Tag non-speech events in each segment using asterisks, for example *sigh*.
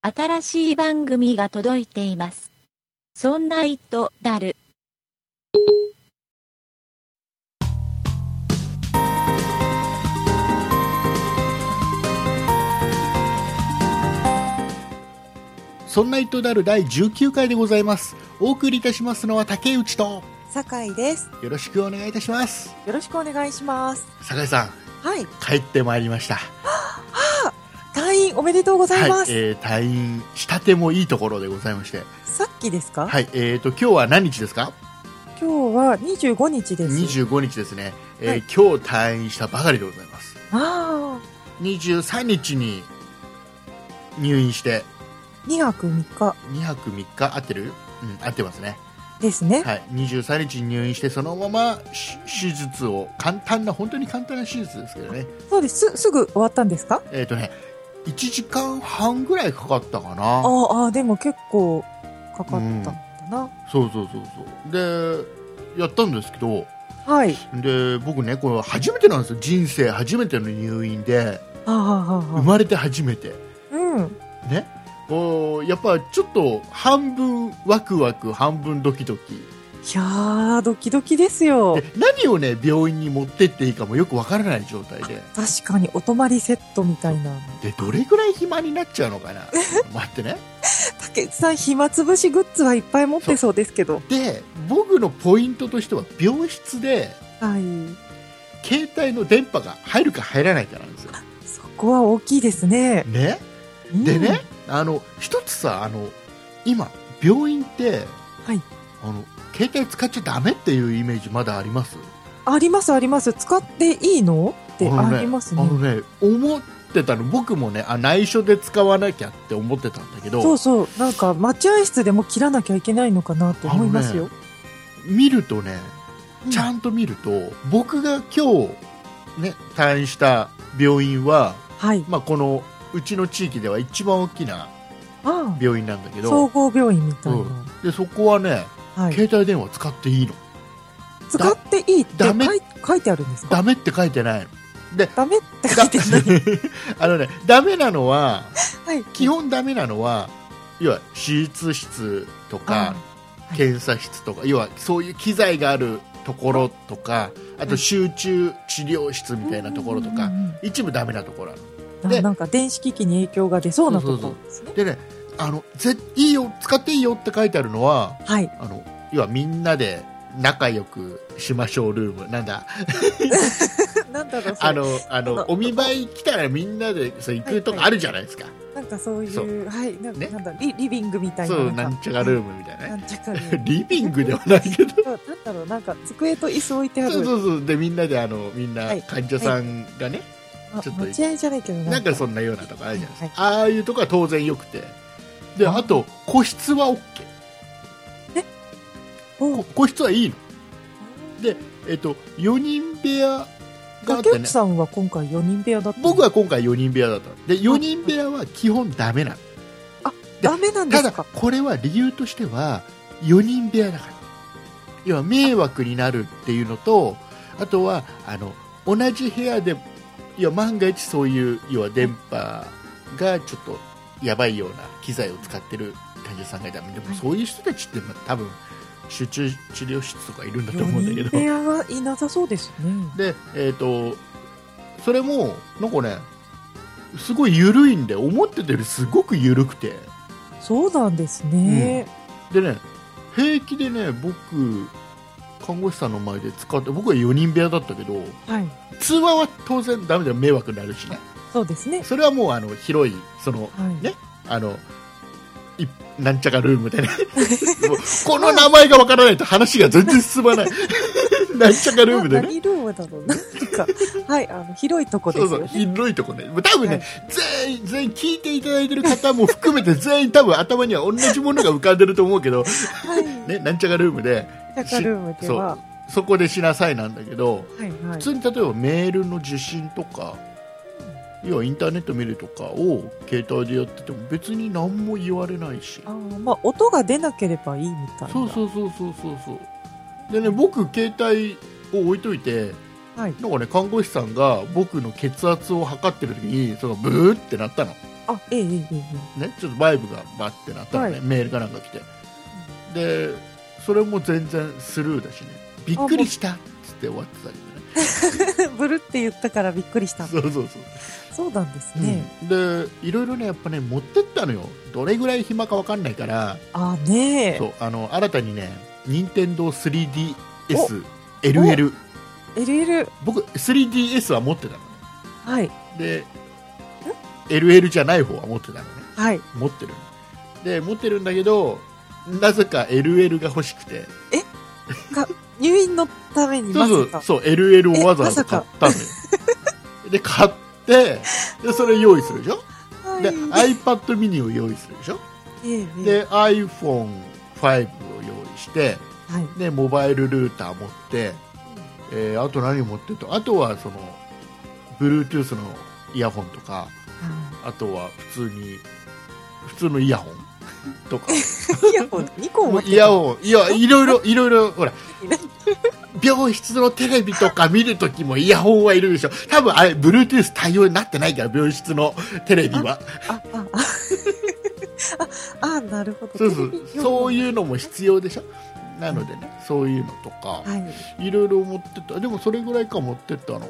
新しい番組が届いています。そんな糸だる。そんな糸である第19回でございます。お送りいたしますのは竹内と、酒井です。よろしくお願いいたします。よろしくお願いします。酒井さん、はい。帰ってまいりました。退院おめでとうございます。えー、退院したてもいいところでございまして。さっきですか、はい、えーと、今日は何日ですか今日は25日です。 ?25 日ですね。えーはい今日退院したばかりでございます。あ23日に入院して、あ、2泊3日2泊3日合ってるうん、合ってますね。ですね。はい、23日に入院して、そのままし手術を、簡単な、本当に簡単な手術ですけどね。そうです。す、すぐ終わったんですかえっ、とね、1時間半ぐらいかかったかな。ああああ、でも結構かかったんだな。そうそうそうそう。で、やったんですけど、はい。で、僕ね、これ初めてなんですよ。人生初めての入院で、ああ、ああ生ああ、まれて初めて。うん。ね。こうやっぱちょっと半分ワクワク半分ドキドキいやー、ドキドキですよで。何をね病院に持ってっていいかもよくわからない状態で確かにお泊まりセットみたいな。でどれぐらい暇になっちゃうのかな待ってね竹内さん、暇つぶしグッズはいっぱい持ってそうですけど。で僕のポイントとしては病室ではい。携帯の電波が入るか入らないかなんですよ。そこは大きいですね。ね、うんでね、あの一つさあの今病院って、はいあの携帯使っちゃダメっていうイメージまだありますありますあります使っていいのってあのありますねあのね思ってたの僕もねあ内緒で使わなきゃって思ってたんだけそどうそうなんか待合室でも切らなきゃいけないのかなと思いますよ、見るとねうちゃんと見ると、僕が今日、ね、退院した病院は、はいまあ、このうちの地域では一番大きなあ病院なんだけあど総合病院みたいな、うんでそこはね、はい、携帯電話使っていいの使っていいってダ書メい書いてあるんですかダメって書いてないのダメって *laughs* 書いてない *laughs* あのねダメなのははい基本ダメなのは要は手術室とかあはい検査室とか、要はそういう機材があるところとかあうとん集中治療室みたいなところとか、うんうんうん一部ダメなところあるうんでなんか電子機器に影響が出そうなところですねでねあのぜいいよ使っていいよって書いてあるのははい *laughs* あの要はみんなで仲良くしましょうルームなんだなんだろうそれあのあのお見舞い来たらみんなでそう行くとかあるじゃないですか、なんかそうそいうはいなんかねなんだリリビングみたいなそうかなんちゃらルームみたいななねんちゃかルームリビングではないけどそうなんだろうなんか机と椅子置いてあるそうそうそうでみんなであのみんはない患者さんがね、あちょっと持ち合いじゃないけどなんかそんなようなとこあるじゃないですか、ああいうとこは当然よくてでああと個室は OK おこ個室はいいのでえっと4人部屋があっ竹てね内さんは今回4人部屋だった僕はは今回4人部屋だったので4人部屋は基本ダメなのダメなんでたすだかこれは理由としては4人部屋だから要は迷惑になるっていうのとあとはあの同じ部屋で要は万が一そういう要は電波がちょっとやばいような機材を使ってる患者さんがいたらでもそういう人たちってまあ多分集中治療室とかいるんだと思うんだけ4人ど部屋はいなさそうですねでえっ、とそれもなんかねすごい緩いんで思ってたよりすごく緩くて。そうなんですね、でね平気でね僕看護師さんの前で使って僕は4人部屋だったけどはい通話は当然ダメだよ迷惑になるし *laughs* ねそうですねそれはもうあの広いそのはい、ねあのいなんちゃかルームでね *laughs* もうこの名前がわからないと話が全然進まない *laughs* なんちゃかルームでね何ルームだろうなんかはいあの広いとこですそうよ、ね、そう広いとこね多分ね、はい全員全員聞いていただいてる方も含めて全員多分頭には同じものが浮かんでると思うけど、はい、ね、なんちゃかルームでなんちゃかルームでははそこでしなさいなんだけど、いは普い通に例えばメールの受信とか、要はインターネット見るとかを携帯でやってても別に何も言われないしあーまあ音が出なければいいみたいなそううそうそうそうそうそうでね僕携帯を置いといてはい。なんかね看護師さんが僕の血圧を測ってる時にそのブーってなったのあ、えええええねちょっとバイブがバッてなったのね、はいメールかなんか来てでそれも全然スルーだしねびっくりしたっつって終わってたりねえ *laughs* ブルって言ったからびっくりした。そうそうそうそうなんですね。でいろいろねやっぱね持ってったのよどれぐらい暇かわかんないからあ、ねえ。そうあの新たにね任天堂 3DSLL LL。僕 3DS は持ってたのはい。で LL じゃない方は持ってたのねはい。持ってるで持ってるんだけどなぜか LL が欲しくて入院のためにそまうさそうか。そう LL をわざわえまざさ買っかたのよで買ってでそれ用意するでしょはいで iPad ミニを用意するでしょええええで iPhone5 を用意して *laughs* はい。でモバイルルーター持って、えーあと何持ってとあとはその Bluetooth のイヤホンとかああとは普通に普通のイヤホンと *laughs* かイヤホン2個も持っうてたイヤホンいやいろいろいろいろ *laughs* ほら何病室のテレビとか見るときもイヤホンはいるでしょ多分あれ Bluetooth 対応になってないから病室のテレビはあ、あ、ああ、あ、なるほど。そうそうテレビ用そういうのも必要でしょなのでねそういうのとかはい。いろいろ持ってったでもそれぐらいか持ってったの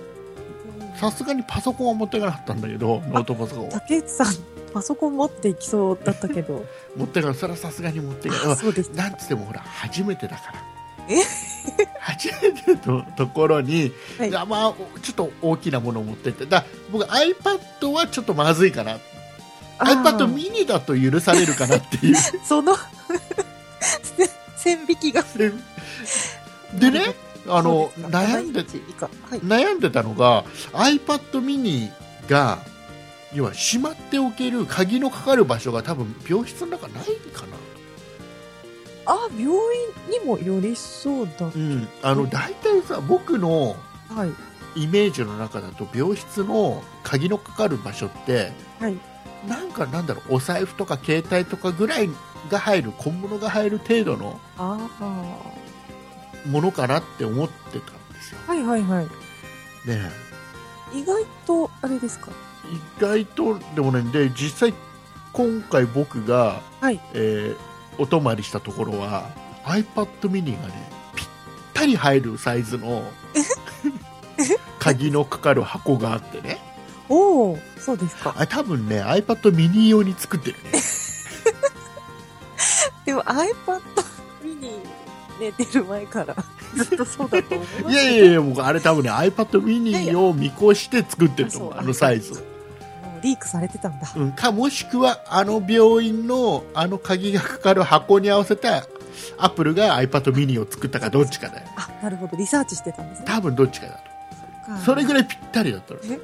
さすがにパソコンは持っていかなかったんだけどノートパソコンは竹内さん、パソコン持っていきそうだったけど。持っていかなそれはさすがに持っていかなあいそうですうんなんつってもほら初めてだからえ *laughs* 初めてのところに、はいあまあおちょっと大きなものを持ってってだ僕 iPad はちょっとまずいかなあ iPad ーミニだと許されるかなっていう *laughs* そのせ線引きがででねあのそうすか悩んで7インチ以下はい悩んでたのが iPad ミニが要はしまっておける鍵のかかる場所が多分病室の中ないかな、あ病院にもよりそうだうん、あの大体さ僕のはいイメージの中だと病室の鍵のかかる場所ってはいなんかなんだろうお財布とか携帯とかぐらいが入る小物が入る程度のああものかなって思ってたんですよはいはいはいねえ意外とあれですか意外とでもねで実際今回僕が、はいえーお泊まりしたところは iPad ミニがねぴったり入るサイズ *laughs* の鍵のかかる箱があってねおおそうですかあ多分ね iPad ミニ用に作ってる *laughs* ねでも iPad ミニね出る *laughs* 前からずっとそうだと思いまいすやいやいや僕あれ多分ね iPad ミニを見越して作ってると思ういやいやあのサイズ、もうリークされてたんだうん、かもしくはあの病院のあの鍵がかかる箱に合わせたアップルが iPad ミニを作ったかどっちかだよあなるほどリサーチしてたんですね多分どっちかだとかそれぐらいぴったりだったのえだか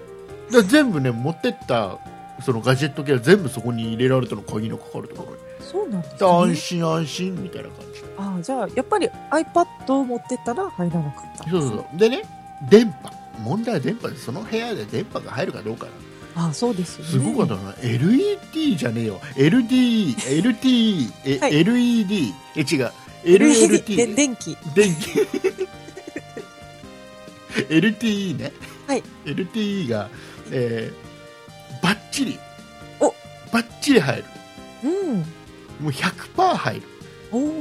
ら全部ね持ってったそのガジェット系は全部そこに入れられたの鍵のかかるところにそうなんですで安ね心安心みたいな感じああじゃあやっぱり iPad を持ってったら入らなかったんそうですねそうそうでね電波問題は電波でその部屋で電波が入るかどうかなああそうですよねすごかったな、LED じゃねえよ LDE、LTE、えはい LED え違うで LLT 電気電気 LTE ね、はい、 LTE が、えー、バッチリおバッチリ入るうんもう100%入るおお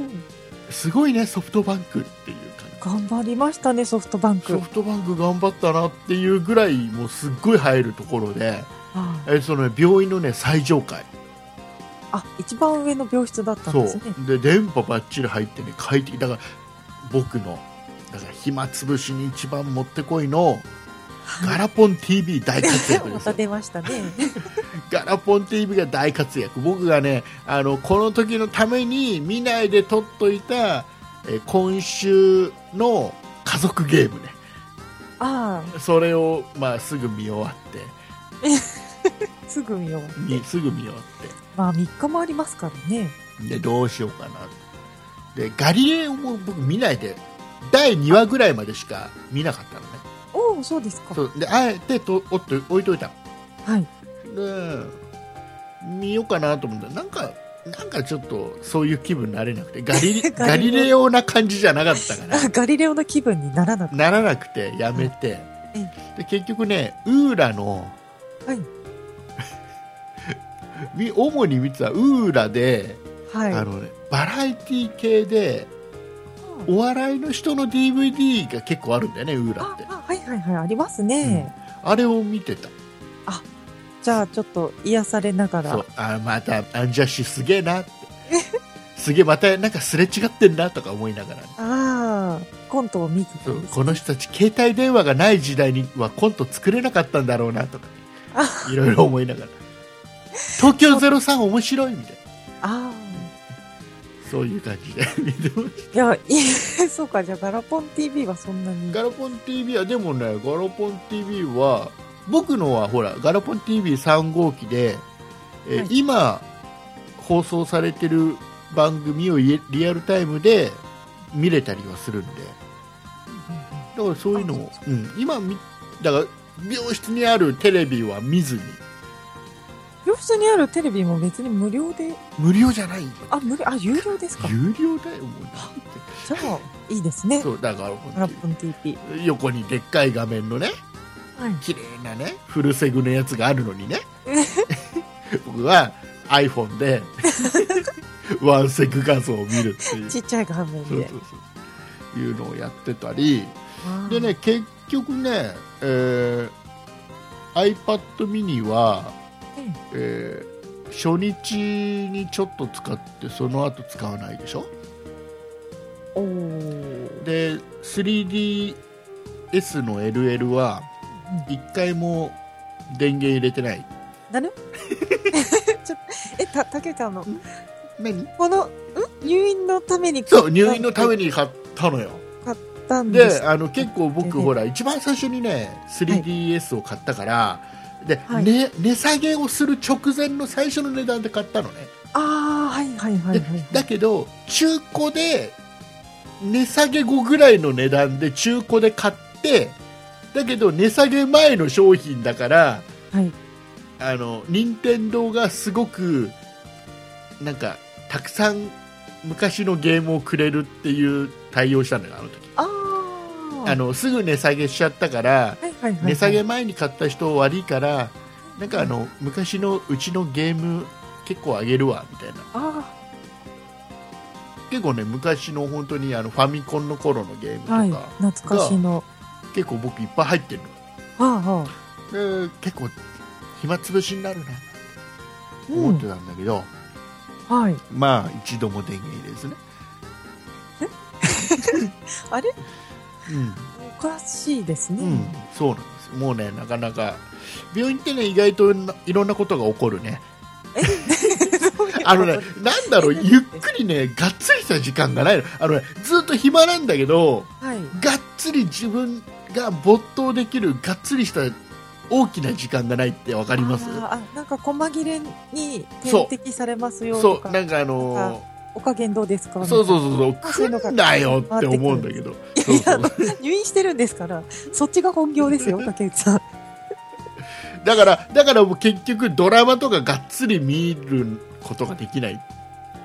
すごいねソフトバンクっていう感頑張りましたねソフトバンじクソフトバンク頑張ったなっていうぐらいもうすっごい入るところで、あえーそのね病院のね最上階ああ一番上の病室だったんそですうでね *laughs* 電波ばっちり入ってね快適だから僕のだから暇つぶしに一番もってこいのガラポン TV 大活躍でます *laughs* よた出ましたねガラポン TV が大活躍僕がねあのこの時のために見ないで撮っといた、えー今週の家族ゲームねあそれを、まあ、すぐ見終わってあすぐ見ようみすぐ見終わっまあ3日もありますからねてでどうしようかなでガリレオも僕見ないで第2話ぐらいまでしか見なかったのねおおそうですかそうであえてとおっと置いといたはい *laughs* ので見ようかなと思ったらなんかなんかちょっとそういう気分になれなくてガリレガ *laughs* ガリリレオレオな感じじゃなかったからあガリレオの気分にならなくならなくてやめてうんで結局ねウーラの、はい *laughs* み主に見てたウーラで、はいあのね、バラエティ系でお笑いの人の DVD が結構あるんだよねウーラっあてあはいはいはいありますね、あれを見てたじゃあちょっと癒されながそらうあまたアンジャッシュすげえなってすげえまたなんかすれ違ってんなとか思いながらああコントを見てたそんうですこの人たち携帯電話がない時代にはコント作れなかったんだろうなとかあいろいろ思いながら東京03面白いみたいなあそういう感じで見てましーいやいいそうかじゃあガラポン TV はそんなにたガラポン TV はでもねガラポン TV は僕のはほらガラポン TV3 号機で、えーはい今放送されてる番組をリリアルタイムで見れたりはするんでだからそういうのをあ、うん、今みだから病室にあるテレビは見ずに洋室にあるテレビも別に無料で無料じゃないよあ無料あ有料ですか有料だよもうなんてじゃあいいですねそうだからガラ本ポン TV 当に横にでっかい画面のねはい綺麗なねフルセグのやつがあるの *laughs* にね僕は iPhone でワンセグ画像を見るって *laughs* いうちそうっちゃい画面そうでそういうのをやってたりあでーね結局ね、えー iPad mini は、うんえー初日にちょっと使ってその後使わないでしょおーで 3DS の LL は1回も電源入れてない *laughs* なるちょっとえた竹ちゃんの何このん入院のためにそう入院のためにに買ったのよ買ったんですであの結構僕うんほら一番最初にね 3DS を買ったから、で、はいね値下げをする直前の最初の値段で買ったのね、ああはいはいはいではいだけど中古で値下げ後ぐらいの値段で中古で買ってだけど値下げ前の商品だからはいあの任天堂がすごくなんかたくさん昔のゲームをくれるっていう対応したのよあの時あああのすぐ値下げしちゃったからはいはいはい値下げ前に買った人悪いからなんかあの昔のうちのゲーム結構あげるわみたいなあ結構ね昔の本当にあのファミコンの頃のゲームとあか、はい懐かしの結構僕いっぱい入ってるああああので結構暇つぶしになるなとう思っんてたんだけど、はいまあ一度も電源入れずね *laughs* あれうんおかしいですね、うん、そうなんですよもうねなかなか病院ってね意外といろんなことが起こるねあのねなんだろうゆっくりねがっつりした時間がないのあの、ね、ずっと暇なんだけどはいがっつり自分が没頭できるがっつりした大きな時間がないってわかありますーあなんか細切れにそう点滴されますよとそかうなんかあのお加減どうですかーそうそううそうそう来んなよって思うんだけどそういやそう入院してるんですからそっちが本 *laughs* 業ですよ竹内さんだからだからもう結局ドラマとかがっつり見ることができない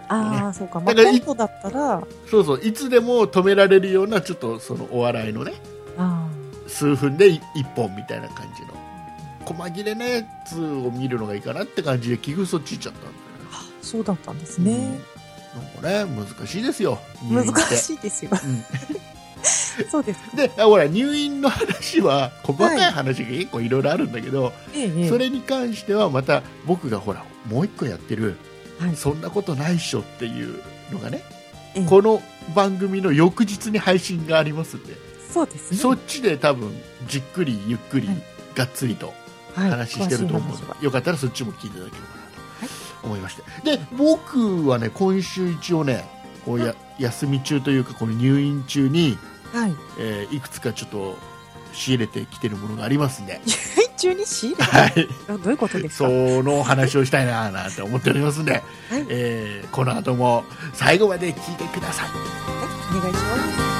ああ、そうか。まだあ、からコいントだったら、あそうそういつでも止められるようなちょっとそのお笑いのねあ数分でい一本みたいな感じの細切れなやつを見るのがいいかなって感じで結局そっち行っちゃったんだよそうだったんですね。ね、なんかね難しいですよ入院っ難てしいですよ。 *laughs* そうですか。であほら入院の話は細かい話が結構いろいろあるんだけど、ええ、ええそれに関してはまた僕がほらもう一個やってる、はいそんなことないっしょっていうのがね、ええこの番組の翌日に配信がありますんで、そうですね。そっちで多分じっくりゆっくり、はいがっつりとはい話してると思う詳しいの話はでよかったらそっちも聞いていただければなと思いまして、で僕はね今週一応ねこうや休み中というかこの入院中に、はい。えーいくつかちょっと仕入れてきてるものがありますん *laughs* で、入院中に仕 *laughs* 入れはい、どういうこと *laughs* ですそかのお話をしたいななんて思っております *laughs* んで、えーこの後も最後まで聞いてくださいはいお願いしま「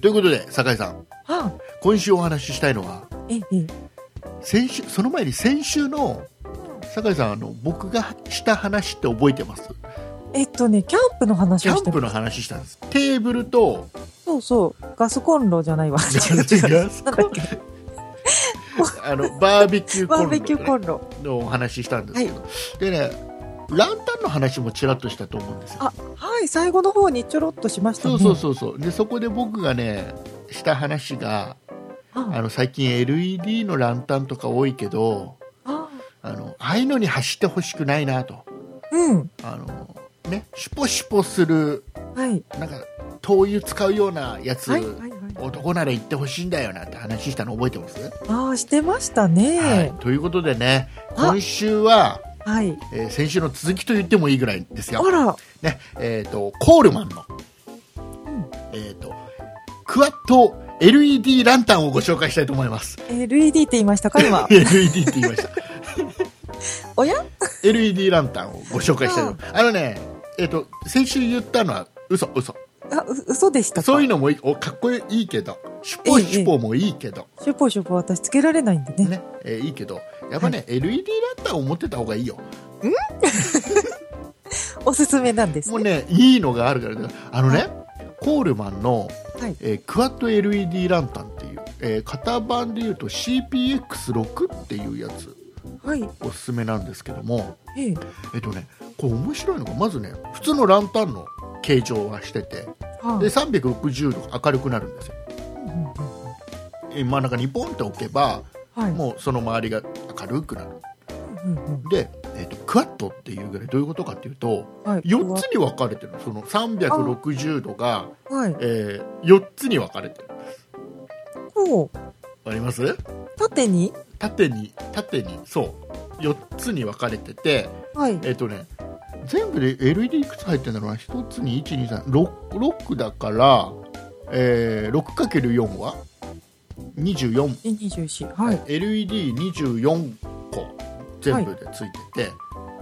ということで酒井さんは今週お話ししたいのはあ、ええ、先週その前に先週の酒井さんあの僕がした話って覚えてますえっとね、キャンプの話キをャしてンプの話したんですテーブルとそうそう、ガスコンロじゃないわ。違う違う。ガスなんコだっンけ、 *laughs* あのバーベキューコバンローベキューコンロ。のお話ししたんですけど、でねランタンの話もちらっとしたと思うんですよあ、はい、最後の方にちょろっとしましたそね。うそうそうそうでそこで僕がねした話があはの最近 LED のランタンとか多いけどあ、はあのああいうのに走ってほしくないなとあ、うん、あのねシュポシュポするはい。なんか灯油使うようなやつ、はい、はい、はい。男なら言ってほしいんだよなって話したの覚えてます、ああ、してましたはいね。、ということでねあ今週は、はい。えー先週の続きと言ってもいいぐらいですよあら、ねえー、とコールマンの、んえー、とクワッド LED ランタンをご紹介したいと思います。。LED って言いましたか、今 LED *laughs* って言いました。おや LED ランタンをご紹介したいと思います。あのね、えっ、と、先週言ったのは嘘、嘘。あ、う嘘でしたか。そういうのもいいおかっこいいけど、シュポシュポもいいけど、シュポシュポ私つけられないんでね。ね、えーいいけど、やっぱね、LED ランタンを持ってた方がいいよ。おすすめなんです。もうね、いいのがあるからね、あのね、コールマンの、はい。えークワッド LED ランタンっていう、えー型番でいうと CPX6 っていうやつはい。おすすめなんですけどもええ。えっとねこれ面白いのがまずね普通のランタンの形状はしててはで360度明るくなるんですよあうんうんうんえー真ん中にポンって置けばはい。もうその周りが明るくなるうんうんうんで、えっとクワッドっていうぐらいどういうことかっていうとはい。 4つに分かれてるのその360度が、はい。え4つに分かれてるこう、わかります縦に縦に縦にそう4つに分かれててはい。えっ、とね全部で LED いくつ入ってるんだろうな1つに1236だから、えー、6×4 は24、 24。はい。 LED24 個全部でついてて、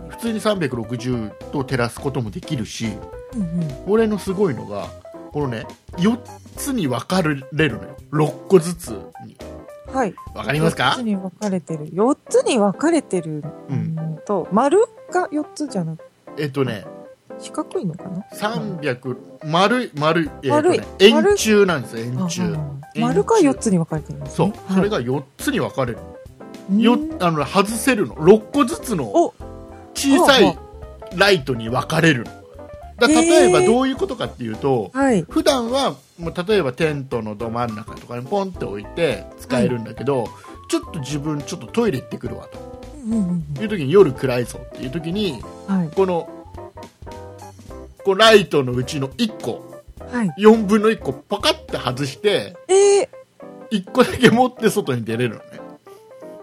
普通に360度照らすこともできるしうんうん。俺のすごいのがこのね4つに分かれるのよ6個ずつにはい。分かりますか4つに分かれてる。4つに分かれてる。うん。と、丸が4つじゃなくえっ、とね四角いのかな三百丸い丸い、えーと丸いね、円柱なんですよ円あ柱ああ丸が4つに分かれてるんですそう、ね。それが、が四つに分かれるうんよあの外せるの六個ずつのお小さほういライトに分かれるのだへー例えばどういうことかっていうと、はい。普段はもう例えばテントのど真ん中とかにポンって置いて使えるんだけど、ちょっと自分ちょっとトイレ行ってくるわとうんうんうんいう時に夜暗いぞっていう時にうん。はい。このこうライトのうちの1個はい。 4分の1個パカッて外してえー、 1個だけ持って外に出れるのね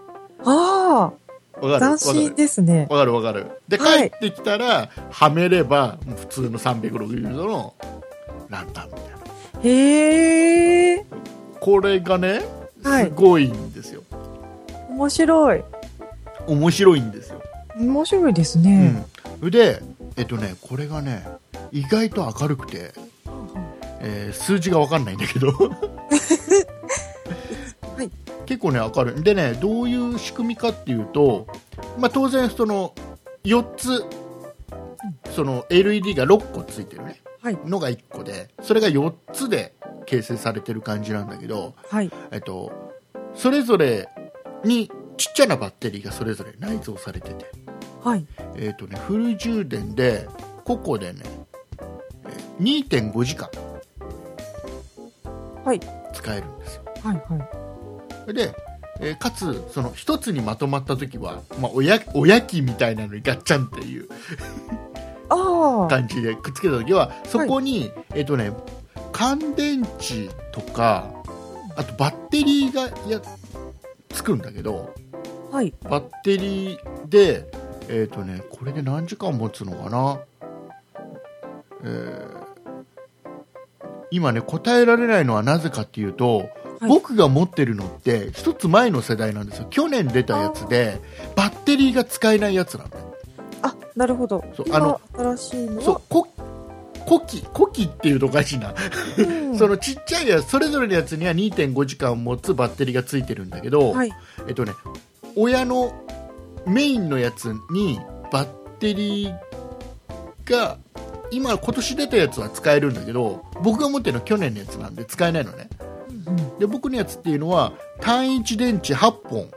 わかるああ、斬わか新るですね。わかるわかるで帰はいってきたらはめればもう普通の360度のランタンみたいなへえ、これがねはいすごいんですよ、面白い。面白いんですよ、面白いですうね。んでえっとねこれがね意外と明るくて、えー数字がわかんないんだけどはい結構ね明るいでねどういう仕組みかっていうと、まあ、当然その4つその LED が6個ついてるね、はいのが1個でそれが4つで形成されてる感じなんだけど、はい。えっと、それぞれにちっちゃなバッテリーがそれぞれ内蔵されてて、はい。えっとね、フル充電でここでねえー2.5時間はい使えるんですよはい。はい。で、えーかつその一つにまとまった時は、まあ、おやおやきみたいなのにガッチャンっていうああ。感じでくっつけた時はそこに、えっ、とね乾電池とかあとバッテリーがやつくんだけどはい。バッテリーでえっ、とねこれで何時間持つのかなえー今ね答えられないのはなぜかっていうと、はい僕が持ってるのって一つ前の世代なんですよ去年出たやつでバッテリーが使えないやつなんだよあ、なるほど。そう今あの新しいのは。そうこ古希古希っていうとおかしいな、うんそのちっちゃいやつそれぞれのやつには2.5時間持つバッテリーがついてるんだけど、はい。えっとね親のメインのやつにバッテリーが今今年出たやつは使えるんだけど僕が持ってるのは去年のやつなんで使えないのねで僕のやつっていうのは単一電池8本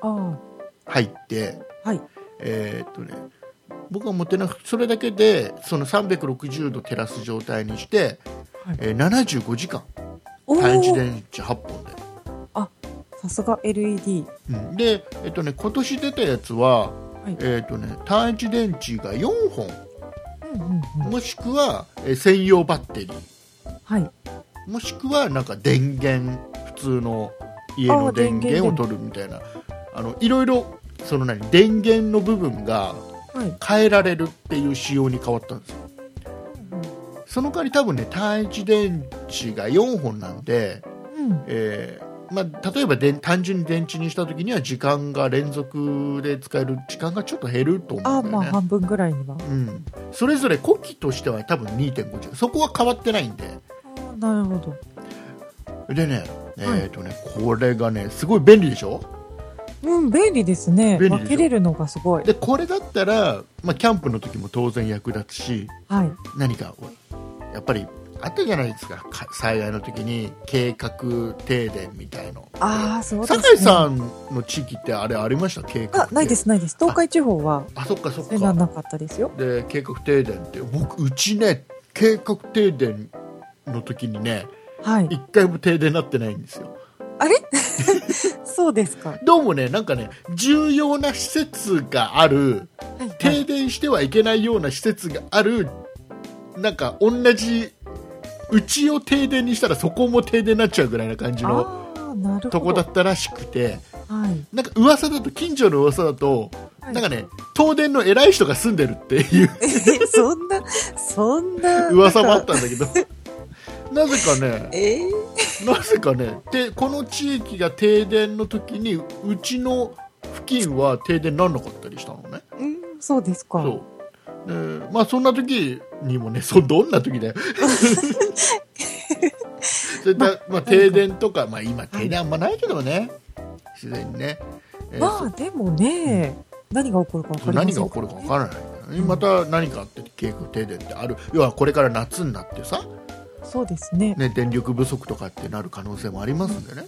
ああ。入ってはい。えーっとね僕は持ってなくそれだけでその360度照らす状態にして、はいえー75時間お単一お。電池8本でさすが LED。うんで、えっとね、今年出たやつは、はいえっとね、単一電池が4本うんうんうん。もしくは、えー専用バッテリーはい。もしくはなんか電源普通の家のあー電電源源を取るみたいなあのいろいろその何電源の部分がはい。変えられるっていう仕様に変わったんですよその代わり多分ね単一電池が4本なんで、うん。えーまあ、例えばで単純に電池にした時には時間が連続で使える時間がちょっと減ると思あうあ、んだまよあね、半分ぐらいには。うん、それぞれ古希としては多分2.5時間そこは変わってないんでああなるほど。でね、えーとねこれがねすごい便利でしょうん、便利ですね。便利でしょ分けれるのがすごい。でこれだったら、まあ、キャンプの時も当然役立つしはい。何かほらやっぱりあったじゃないですかか災害の時に計画停電みたいのああ、そうですね。酒井さんの地域ってあれありました計画あ、ないです、ないです。東海地方は、あそっかそっそれかがなかったですよ。で計画停電って僕うちね計画停電の時にねはい。一回も停電になってないんですよあれそうですか。どうもねなんかね重要な施設があるはいはい停電してはいけないような施設があるなんか同じうちを停電にしたらそこも停電になっちゃうぐらいな感じのああ、なるほど。とこだったらしくてはい。なんか噂だと近所の噂だとはいなんかね東電の偉い人が住んでるっていうえ *laughs* そんな、そんな。噂もあなんっかたんだけど *laughs* なぜかねえーなぜかねでこの地域が停電の時にうちの付近は停電なんなかったりしたのねうん、そうですか。そうでまあそんな時にもね *laughs* そどんな時だ *laughs* よそれで、まあ、停電とか、まあ、今停電あんまないけどね自然にね、えーまあでもね、何が起こるか分そうかりませ何んが起こるかわからないからねまた何かあって計画停電ってある要はこれから夏になってさ、そうですねね、電力不足とかってなる可能性もありますんでね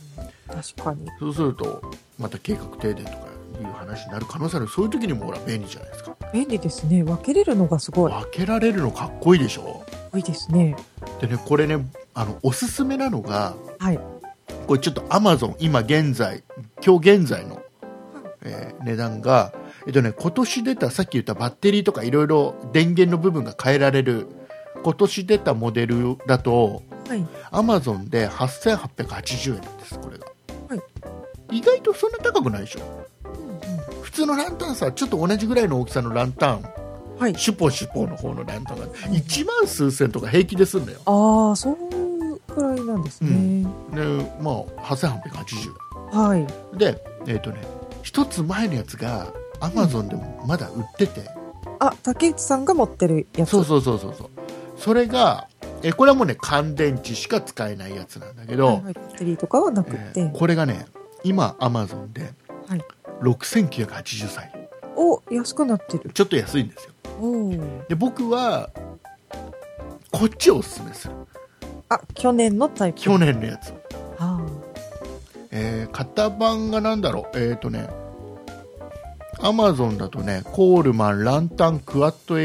確かにそうするとまた計画停電とかいう話になる可能性あるそういう時にもほら便利じゃないですか便利ですね分けれるのがすごいか分けられるのかっこいいでしょっこいいですねでねこれねあのおすすめなのがはいこれちょっとアマゾン今現在今日現在の、えー値段がえっとね今年出たさっき言ったバッテリーとかいろいろ電源の部分が変えられる今年出たモデルだとはいアマゾンで8880円なんですこれが、は意外とそんな高くないでしょ普通のランタンさちょっと同じぐらいの大きさのランタンはいシュポシュポの方のランタンが1万数千とか平気ですんだよああそうくらいなんですね、でまあ8880円はいでえっ、とね一つ前のやつがアマゾンでもまだ売ってて、あ竹内さんが持ってるやつそうそうそうそうそうそれがえこれはもうね乾電池しか使えないやつなんだけど、はいはいバッテリーとかはなくっえて、ーこれがね今アマゾンではい6980歳お安くなってるちょっと安いんですよおおで僕はこっちをおすすめするあ去年のタイプ去年のやつ、あえー型番がなんだろうえっ、とねアマゾンだとねコールマンランタンクワット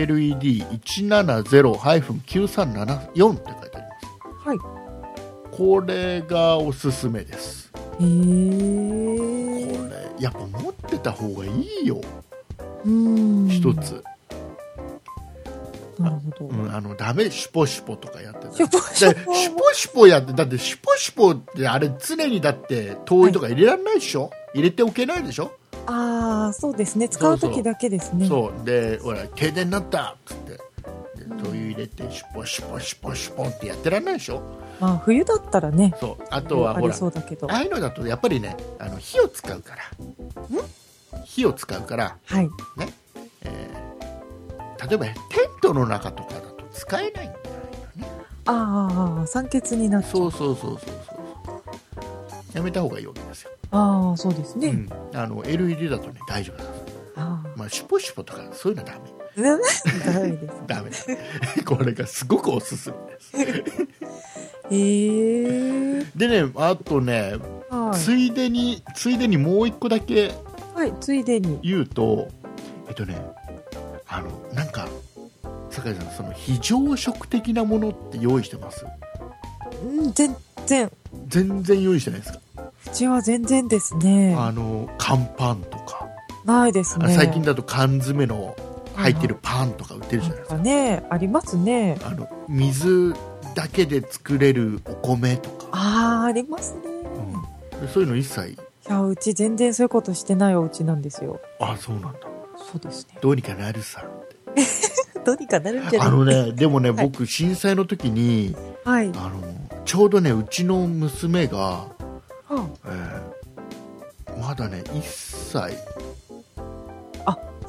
LED170-9374 って書いてありますあはいこれがおすすめですこへれえー、やっぱ持ってた方がいいようん一つ、なるほど、うん、あのダメシュポシュポとかやってたシュポシでュポシュポシュポやってだってシュポシュポってあれ常にだって灯油とか入れられないでしょ、入れておけないでしょ、ああそうですね使う時だけですねそうでほら停電になったっつってで灯油入れてシュポシュポシュポシュポってやってられないでしょまあ冬だったらねそうあとはあほりらそうだけどああいうのだとやっぱりねあの火を使うから火を使うから、はいえー例えばテントの中とかだと使えないんだよねああ、酸欠になっちゃう。そうそうそうそうそうやめた方がいいわけですよ、ああ、そうですね。うん、あの LED だとね大丈夫なんです、あまあ、シュポシュポとかそういうのはダメあ。な *laughs* ダメです。ダメだ *laughs* これがすごくおすすめですええでねあとね、はい。ついでについでにもう一個だけはい、ついでに。言うとえっとねあのなんか酒井さんその非常食的なものって用意してますうん、全然。全然用意してないですか、うちは全然ですね。あの乾パンとか、ないですあね。最近だと缶詰の入ってるパンとか売ってるじゃないなんですか、かね、ありますね。あの水だけで作れるお米とか、ああ、ありますね。でそういうの一切いや、うち全然そういうことしてないお家なんですよ。あそうなんだそうですね。どうにかなるさどうにかなるんじゃないあのねでもね、はい僕震災の時にはい。あのちょうどねうちの娘が、あえーまだね1歳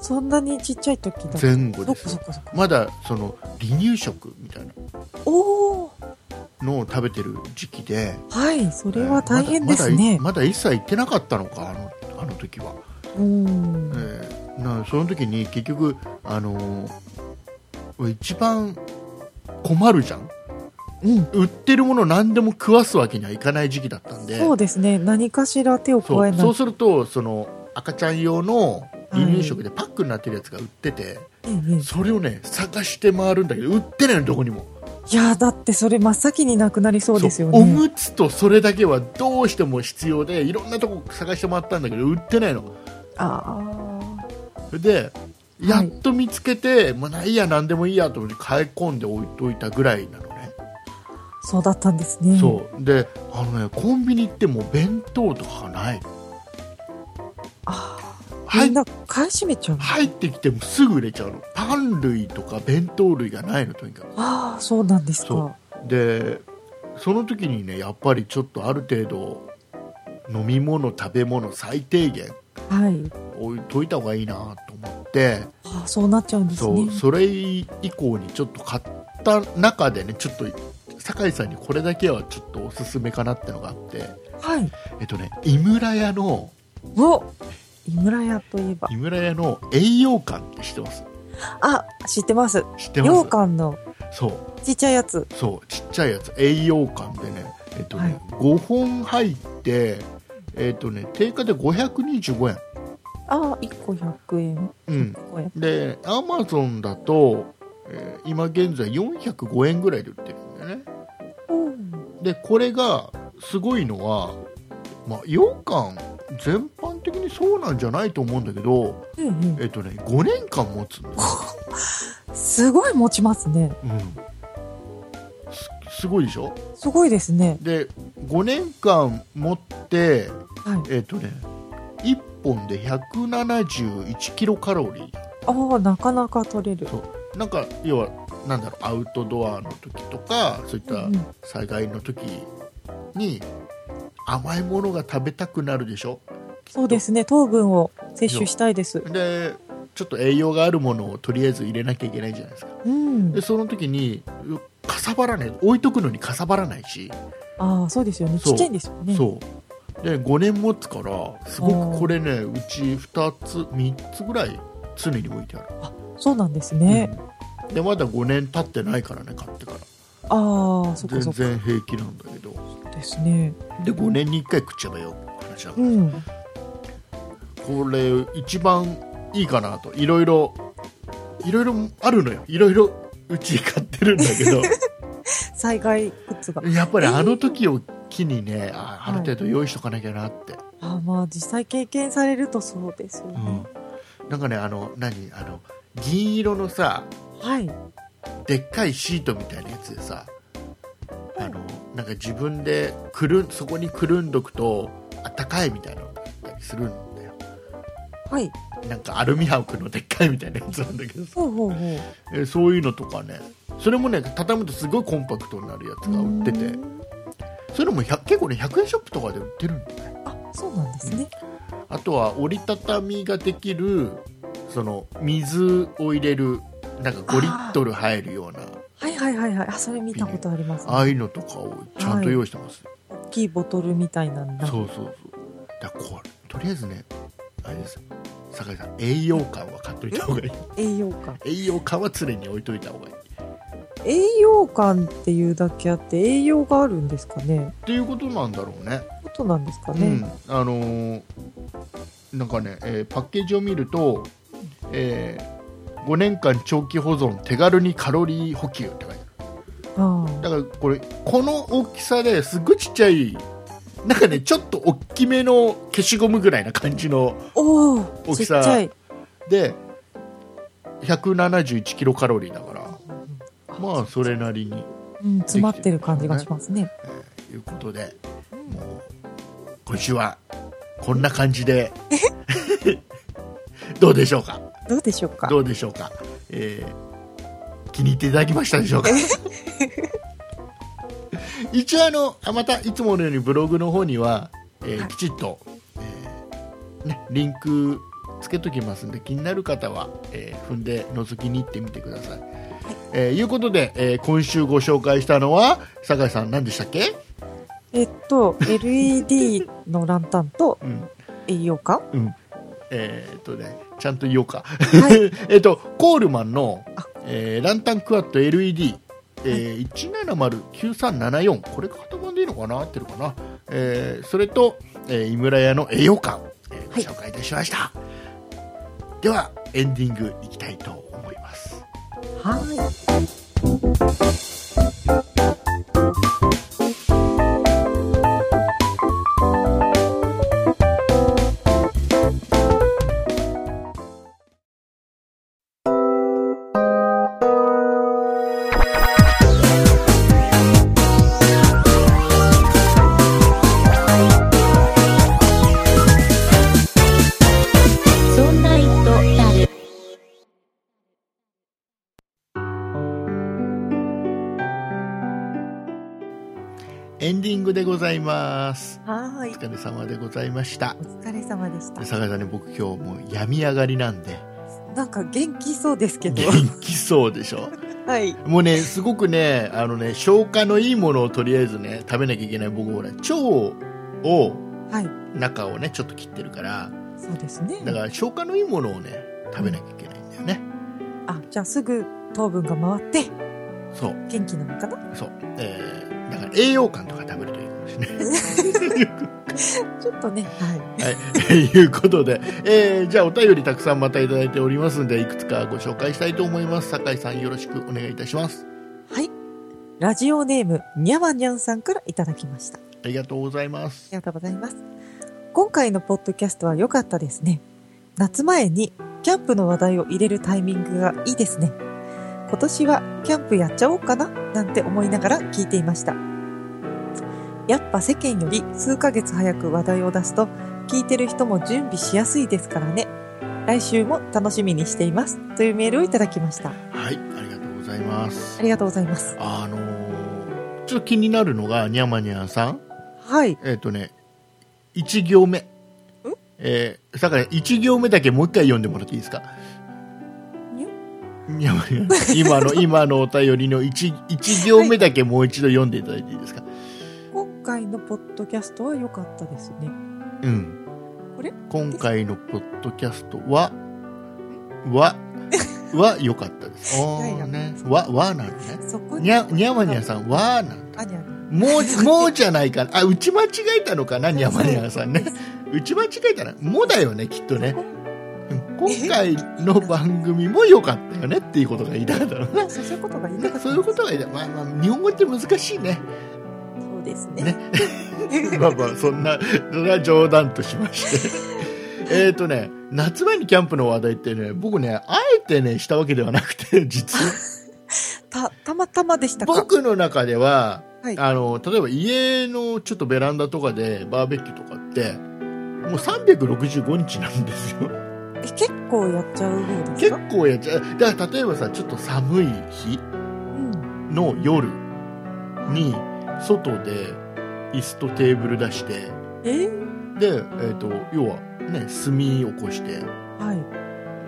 そんなにちっちゃい時だ。前後そでっすかそよっかそっか。まだその離乳食みたいなおお。のを食べてる時期ではい、そこれは大変ですね。まだまだ1歳行ってなかったのかあのあの時は、うんえ。ーなその時に結局あのー俺一番困るじゃんうん。売ってるもの何でも食わすわけにはいかない時期だったんでそうですね。何かしら手をそ加えうないそうするとその赤ちゃん用の離乳食でパックになってるやつが売ってて、ええええそれをね探して回るんだけど売ってないのどこにもいやだってそれ真っ先になくなりそうですよそうおねむつとそれだけはどうしても必要でいろんなとこ探して回ったんだけど売ってないのあでいやっと見つけて、もうないや何でもいいやと思って買い込んで置いといたぐらいなのね、あそうだったんですねそうであのねコンビニ行っても弁当とかがないああ入っみんな買い占めちゃう、入ってきてもすぐ売れちゃうのパン類とか弁当類がないのとにかくああそうなんですそかでその時にねやっぱりちょっとある程度飲み物食べ物最低限はい置いといた方がいいなと思ってああそうなっちゃうんですそねうそれ以降にちょっと買った中でねちょっと酒井さんにこれだけはちょっとおすすめかなってのがあってはいえっとね井村屋のお井村屋といえば井村屋の栄養館って知ってますあ知ってます知ってま羊す羹のそうちっちゃいやつそうちっちゃいやつ栄養館でね,、えっとねはい5本入って、えっとね、定価で525円、ああ1個100円うん、 100円でアマゾンだと、えー今現在405円ぐらいで売ってるんだよねおでこれがすごいのは、まあ、羊羹全般的にそうなんじゃないと思うんだけど、ええええっとね、5年間持つんだよ、えすごい持ちますね *laughs* うん、すすごいでしょすごいですねで5年間持ってはいえっ、とね1本で171キロカロリーああなかなか取れるなんか要はなんだろうアウトドアの時とかそういっうたんうん災害の時に甘いものが食べたくなるでしょそうですね糖分を摂取したいですでちょっと栄養があるものをとりあえず入れなきゃいけないじゃないですかうんでその時にうかさばらない置いとくのにかさばらないし、ああそうですよねそちうっちゃいんですよねそうで5年持つからすごくこれねうち2つ3つぐらい常に置いてあるそうなんですね、うんでまだ5年経ってないからね買ってからああそっ全かそっか然平気なんだけどですねで5年に1回食っちゃえばよって話だから、うんこれ一番いいかなといろいろいろいろあるのよいろいろうち買ってるんだけ *laughs* ど災害靴がやっぱりあの時を機にねあある程度用意しとかなきゃなって、ああまあ実際経験されるとそうですよね、うん、なんかねあの何あの銀色のさはいでっかいシートみたいなやつでさあのなんか自分でくるんそこにくるんどくとあったかいみたいなのがあったりするんだよはいなんかアルミ箔のでっかいみたいなやつなんだけどさほうほうほうえそういうのとかねそれもね畳むとすごいコンパクトになるやつが売っててうんそれも100結構ね100円ショップとかで売ってるんだよねあそうなんですね、あとは折りたたみができるその水を入れるなんか5リットル入るようなはいはいはいはい。あ、それ見たことあります、ね。ああいうのとかをちゃんと用意してます、大きいボトルみたいなんだ。そうそうそうだからこれとりあえずねあれです酒井さん栄養感は買っといた方がい *laughs* い栄養感。栄養感は常に置いといた方がいい栄養感っていうだけあって、栄養があるんですかね。っていうことなんだろうねことなんですかうね。ん、あのーなんかね、えーパッケージを見ると、え5年間長期保存手軽にカロリー補給って書いてああるだからこれこの大きさですっごいちっちゃいなんかねちょっと大きめの消しゴムぐらいな感じのあ。おお。大ちきっちさゃい。で171キロカロリーだからまあそれなりに、うん、詰まってる感じがしますね。えーいうことでもう今週はこんな感じで *laughs* どうでしょうかどうでしょうか。どうでしょうか、えー気に入っていただきましたでしょうか *laughs* 一応あのあまたいつものようにブログの方には、えーはいきちっと、えーね、リンクつけときますんで気になる方は、えー踏んで覗きに行ってみてください。えーいうことで、えー今週ご紹介したのは酒井さん何でしたっけ、えっと、LED のランタンとうん栄養感うん、えーっとねちゃんと言おうか、は *laughs* えーっとコールマンのあ、えーランタンクワッド LED、えー1709374これ型番でいいのかな合ってるかな、えーそれと、えー井村屋の栄養館、えーはいご紹介いたしましたではエンディングいきたいと思いますはい。そんな糸だる。エンディングでございますはいお。疲れ様でございましたお疲れ様でした。坂井さんね僕今日もう病み上がりなんでなんか元気そうですけど。元気そうでしょはい。もうね、すごくね、あのね、消化のいいものをとりあえずね、食べなきゃいけない。僕、ほら、腸を、はい。中をね、ちょっと切ってるから、そうですね。だから消化のいいものをね、食べなきゃいけないんだよね。あ、じゃあすぐ糖分が回ってそう、元気なのかなそう。えー、だから栄養感とか食べるといいかもしれない。 *laughs* ちょっとね。ははい、ということで、えー、じゃあお便りたくさんまたいただいておりますんで、いくつかご紹介したいと思います。酒井さんよろしくお願いいたします。い。はい。ラジオネーム、にゃわにゃんさんからいただきました。あありがとうございますり。がとうございます。今回のポッドキャストは良かったですね。夏前にキャンプの話題を入れるタイミングがいいですね。今年はキャンプやっちゃおうかななんて思いながら聞いていました。やっぱ世間より数ヶ月早く話題を出すと聞いてる人も準備しやすいですからね。来週も楽しみにしています。というメールをいただきました。はい、ありがとうございますあ。りがとうございます。あのー、ちょっと気になるのが、にゃまにゃんさん。はい。えっ、とね、1行目。えー、だから1行目だけもう一回読んでもらっていいですかいやいや今 *laughs* の、今のお便りの 1, 一行目だけもう一度読んでいただいていいですか、今回のポッドキャストは良かったですね。うん。これ今回のポッドキャストは、 *laughs* は、は良かったです。おいやーいやね。わ、わなのね。そこに。にゃ、にゃまにゃんさん、わなんだ。あにゃにもう、もうじゃないかな。あ、打ち間違えたのかな、にゃまにゃんさんね。打ち間違えたら、もだよね、きっとね。今回の番組も良かったよねっていうことが言いたかったのね。ゃ。そうそういうことが言いたかった。そういうことが言いたい。まあまあ、日本語って難しいね。そうですねね。まあまあ、そんな、それは冗談としまして。 *laughs* えっとね、夏前にキャンプの話題ってね、僕ね、あえてね、したわけではなくて、実は。た、たまたまでしたか。僕の中では、はいあの、例えば家のちょっとベランダとかでバーベキューとかって、もう365日なんです *laughs* よ。え結構やっちゃう方です結か構やっちゃう。だから例えばさ、ちょっと寒い日うん。の夜に、外で椅子とテーブル出して、えーで、えっ、と、要はね、炭起こして、はい。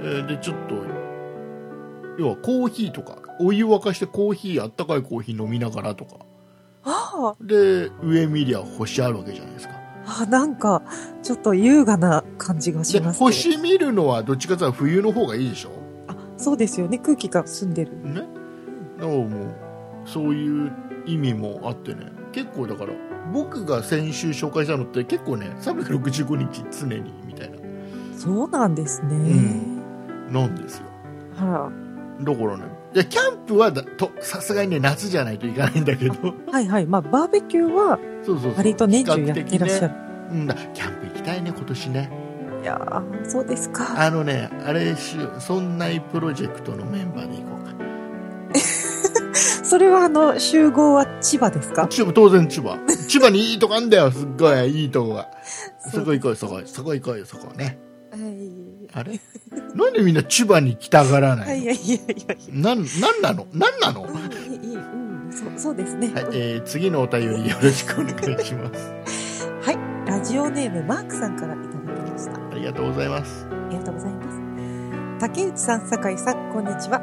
えーで、ちょっと、要はコーヒーとかお湯沸かしてコーヒーあったかいコーヒー飲みながらとかあで上見りゃ星あるわけじゃないですかああ、なんか、ちょっと優雅な感じがしでます、ね。星見るのはどっちかというと冬の方がいいでしょあ、そうですよね。空気が澄んでる。ねだからもうそういう意味もあってね結構だから僕が先週紹介したのって結構ね365日常にみたいなそうなんですね。んなんですよあら。だからねいやキャンプはだとさすがにね夏じゃないといかないんだけ *laughs* どはいはい。まあ、バーベキューはそうそうそう割と年中やっ比較て的らっしゃねる。うんだキャンプ行きたいね今年ねいやーそうですか。あのねあれしようそんないプロジェクトのメンバーで行こうかそれはあの、集合は千葉ですか千葉当然千葉千葉にいいとこあんだよすっごいいいとこがそこ行こうよそこそこ行こうよそこねはいあれ *laughs* なんでみんな千葉に来たがらないの、はいいやいやいやいなんなんなのなんなの、はや。いい、いい、うん、そう、そうですね。いえー、次のお便りよろしくお願いしますラジオネームマークさんからいただきました。ありがとうございますありがとうございます。竹内さん、酒井さん、こんにちは。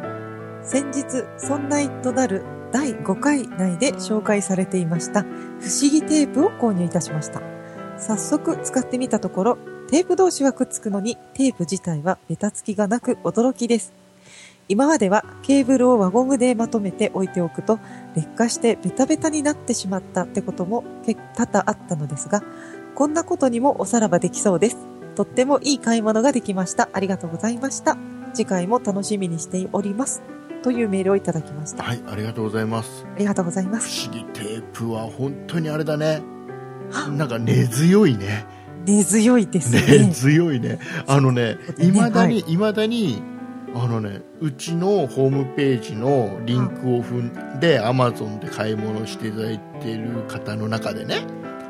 先日、そんなとなる第5回内で紹介されていました、不思議テープを購入いたしました。早速使ってみたところ、テープ同士はくっつくのに、テープ自体はベタつきがなく驚きです。今まではケーブルを輪ゴムでまとめて置いておくと、劣化してベタベタになってしまったってことも結多々あったのですが、こんなことにもおさらばできそうです。とってもいい買い物ができました。ありがとうございました。次回も楽しみにしております。というメールをいただきました。あはいありがとうございますりがとうございます。不思議テープは本当にあれだねなんか根強いね根強いですね。根強いねあのねそうですいねまだはにいまだにあのねうちのホームページのリンクを踏んで Amazon で買い物していただいてる方の中でね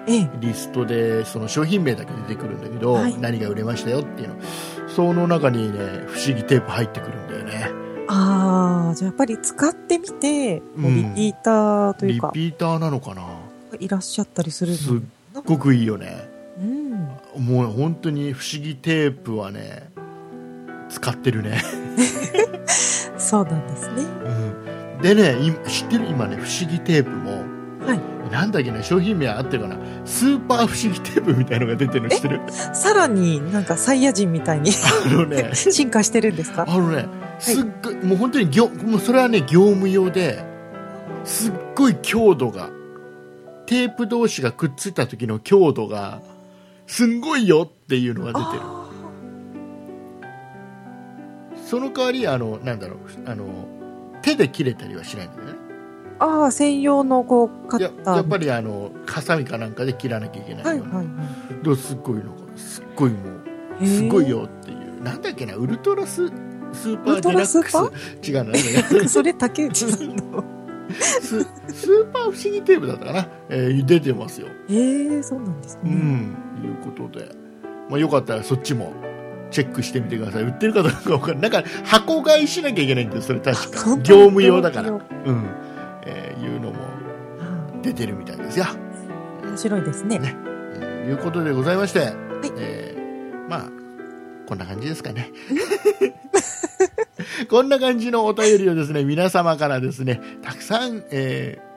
ええ。リストでその商品名だけ出てくるんだけど、はい何が売れましたよっていうのその中にね不思議テープ入ってくるんだよねああ、じゃあやっぱり使ってみて、もうリピーターといリうか、ピーターなのかないらっしゃったりするのすっごくいいよねうん。もう本当に不思議テープはね使ってるね、そうなんですね。うん、でね今知ってる今ね不思議テープもはい。なんだっけな商品名合ってるかなスーパー不思議テープみたいのが出てるの知ってるさらになんかサイヤ人みたいにあの *laughs* ね進化してるんですかあのねすっごい、もう本当に業もうそれはね業務用ですっごい強度がテープ同士がくっついた時の強度がすんごいよっていうのが出てるあその代わりあのなんだろうあの手で切れたりはしないんだよねーあー、専用のこう、カやッター。やっぱりあのハサミかなんかで切らなきゃいけないはいよ、はいはだからすっごいのがすっごいもうい。すごいへよっていうなんだっけなウルトラススーパーデウルトララスッーパクス違うななんだっー。それ竹 *laughs* 内さんの。けススーパー不思議テープだったかな、えー出てますよえー、そうなんですうね。ん、いうことで、まあ、よかったらそっちもチェックしてみてください売ってるかどうかわかんないなんか箱買いしなきゃいけないんですそれ確か業務用だからあうん、えーいうのもー出てるみたいですよ面白いですね。ねうんいうことでございまして、いえーまあこんな感じですかね *laughs* こんな感じのお便りをですね皆様からですねたくさん、えー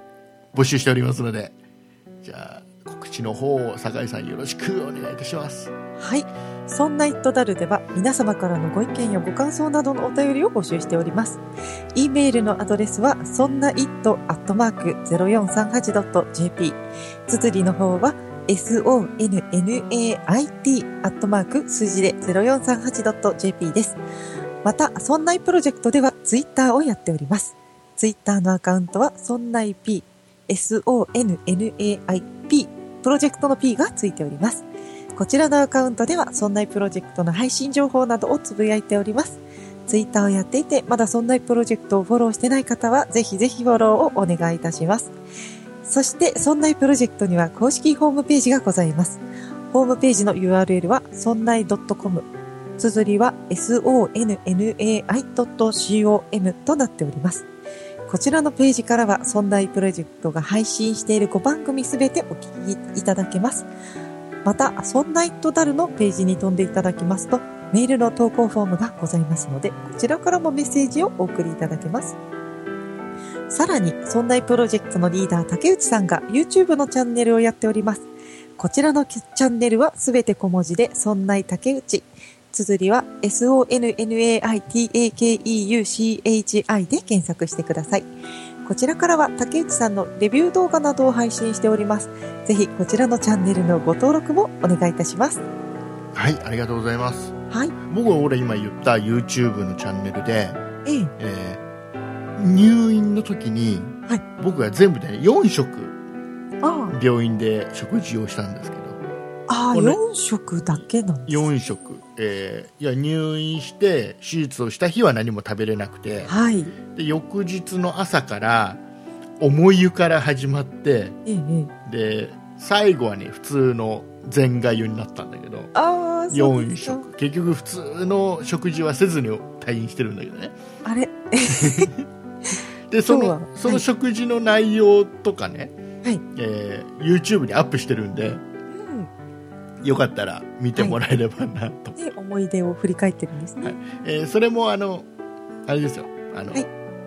募集しておりますのでじゃあ告知の方を酒井さんよろしくお願いいたしますはい。そんな「イットダル」では皆様からのご意見やご感想などのお便りを募集しております。e メールのアドレスはそんな it.0438.jp 綴りの方は sonnait. 数字で 0438.jp です。また、そんないプロジェクトではツイッターをやっております。ツイッターのアカウントはそんない p sonnaip プロジェクトの p がついております。こちらのアカウントでは、そんないプロジェクトの配信情報などをつぶやいております。ツイッターをやっていて、まだそんないプロジェクトをフォローしてない方は、ぜひぜひフォローをお願いいたします。そして、そんないプロジェクトには公式ホームページがございます。ホームページの URL は、そんない .com。綴りは、sonnai.com となっております。こちらのページからは、そんないプロジェクトが配信している5番組すべてお聞きいただけます。また、そんなイットダルのページに飛んでいただきますと、メールの投稿フォームがございますので、こちらからもメッセージをお送りいただけます。さらに、存在プロジェクトのリーダー竹内さんが YouTube のチャンネルをやっております。こちらのチャンネルはすべて小文字で、そんない竹内。綴りは sonnaitakeuchi で検索してください。こちらからは竹内さんのレビュー動画などを配信しております。ぜひこちらのチャンネルのご登録もお願いいたします。はいありがとうございますはい。僕は俺今言った YouTube のチャンネルで、ええ。えー入院の時に、は僕は全部で、ね、4食あ病院で食事をしたんですけどあ、ああ、これ4食だけなんです。 4食、えーいや入院して手術をした日は何も食べれなくてはい。で翌日の朝から重い湯から始まってええええ。で最後はね普通の全外湯になったんだけどああ、そう4ですか。食結局普通の食事はせずに退院してるんだけどねあれでそ今日のはそはのい食事の内容とかね、はいえー YouTube にアップしてるんでうん。よかったら見てもらえればなと、で、思い出を振り返ってるんですね。えーそれもあのあれですよあの、はい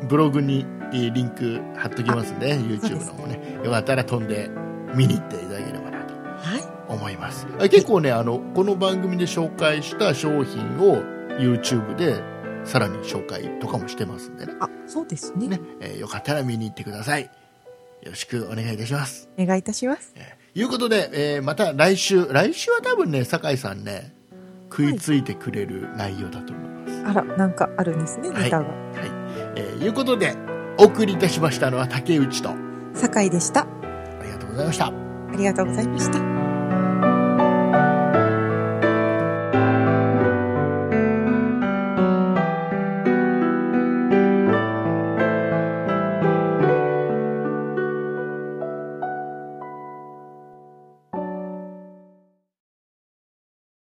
ブログにえーリンク貼っときますんで YouTube の方ねよかったら飛んで見に行っていただければなとはい。思いますあ結構ねあのこの番組で紹介した商品を YouTube でさらに紹介とかもしてますんでねあ、そうですね。ね、えーよかったら見に行ってくださいよろしくお願いいたしますお願いいたします。えーいうことで、えーまた来週来週は多分ね酒井さんね食いついてくれる内容だと思います、あら、なんかあるんですね、はいネタが。はい、えーいうことでお送りいたしましたのは竹内とあ酒井でした。りがとうございましたありがとうございました。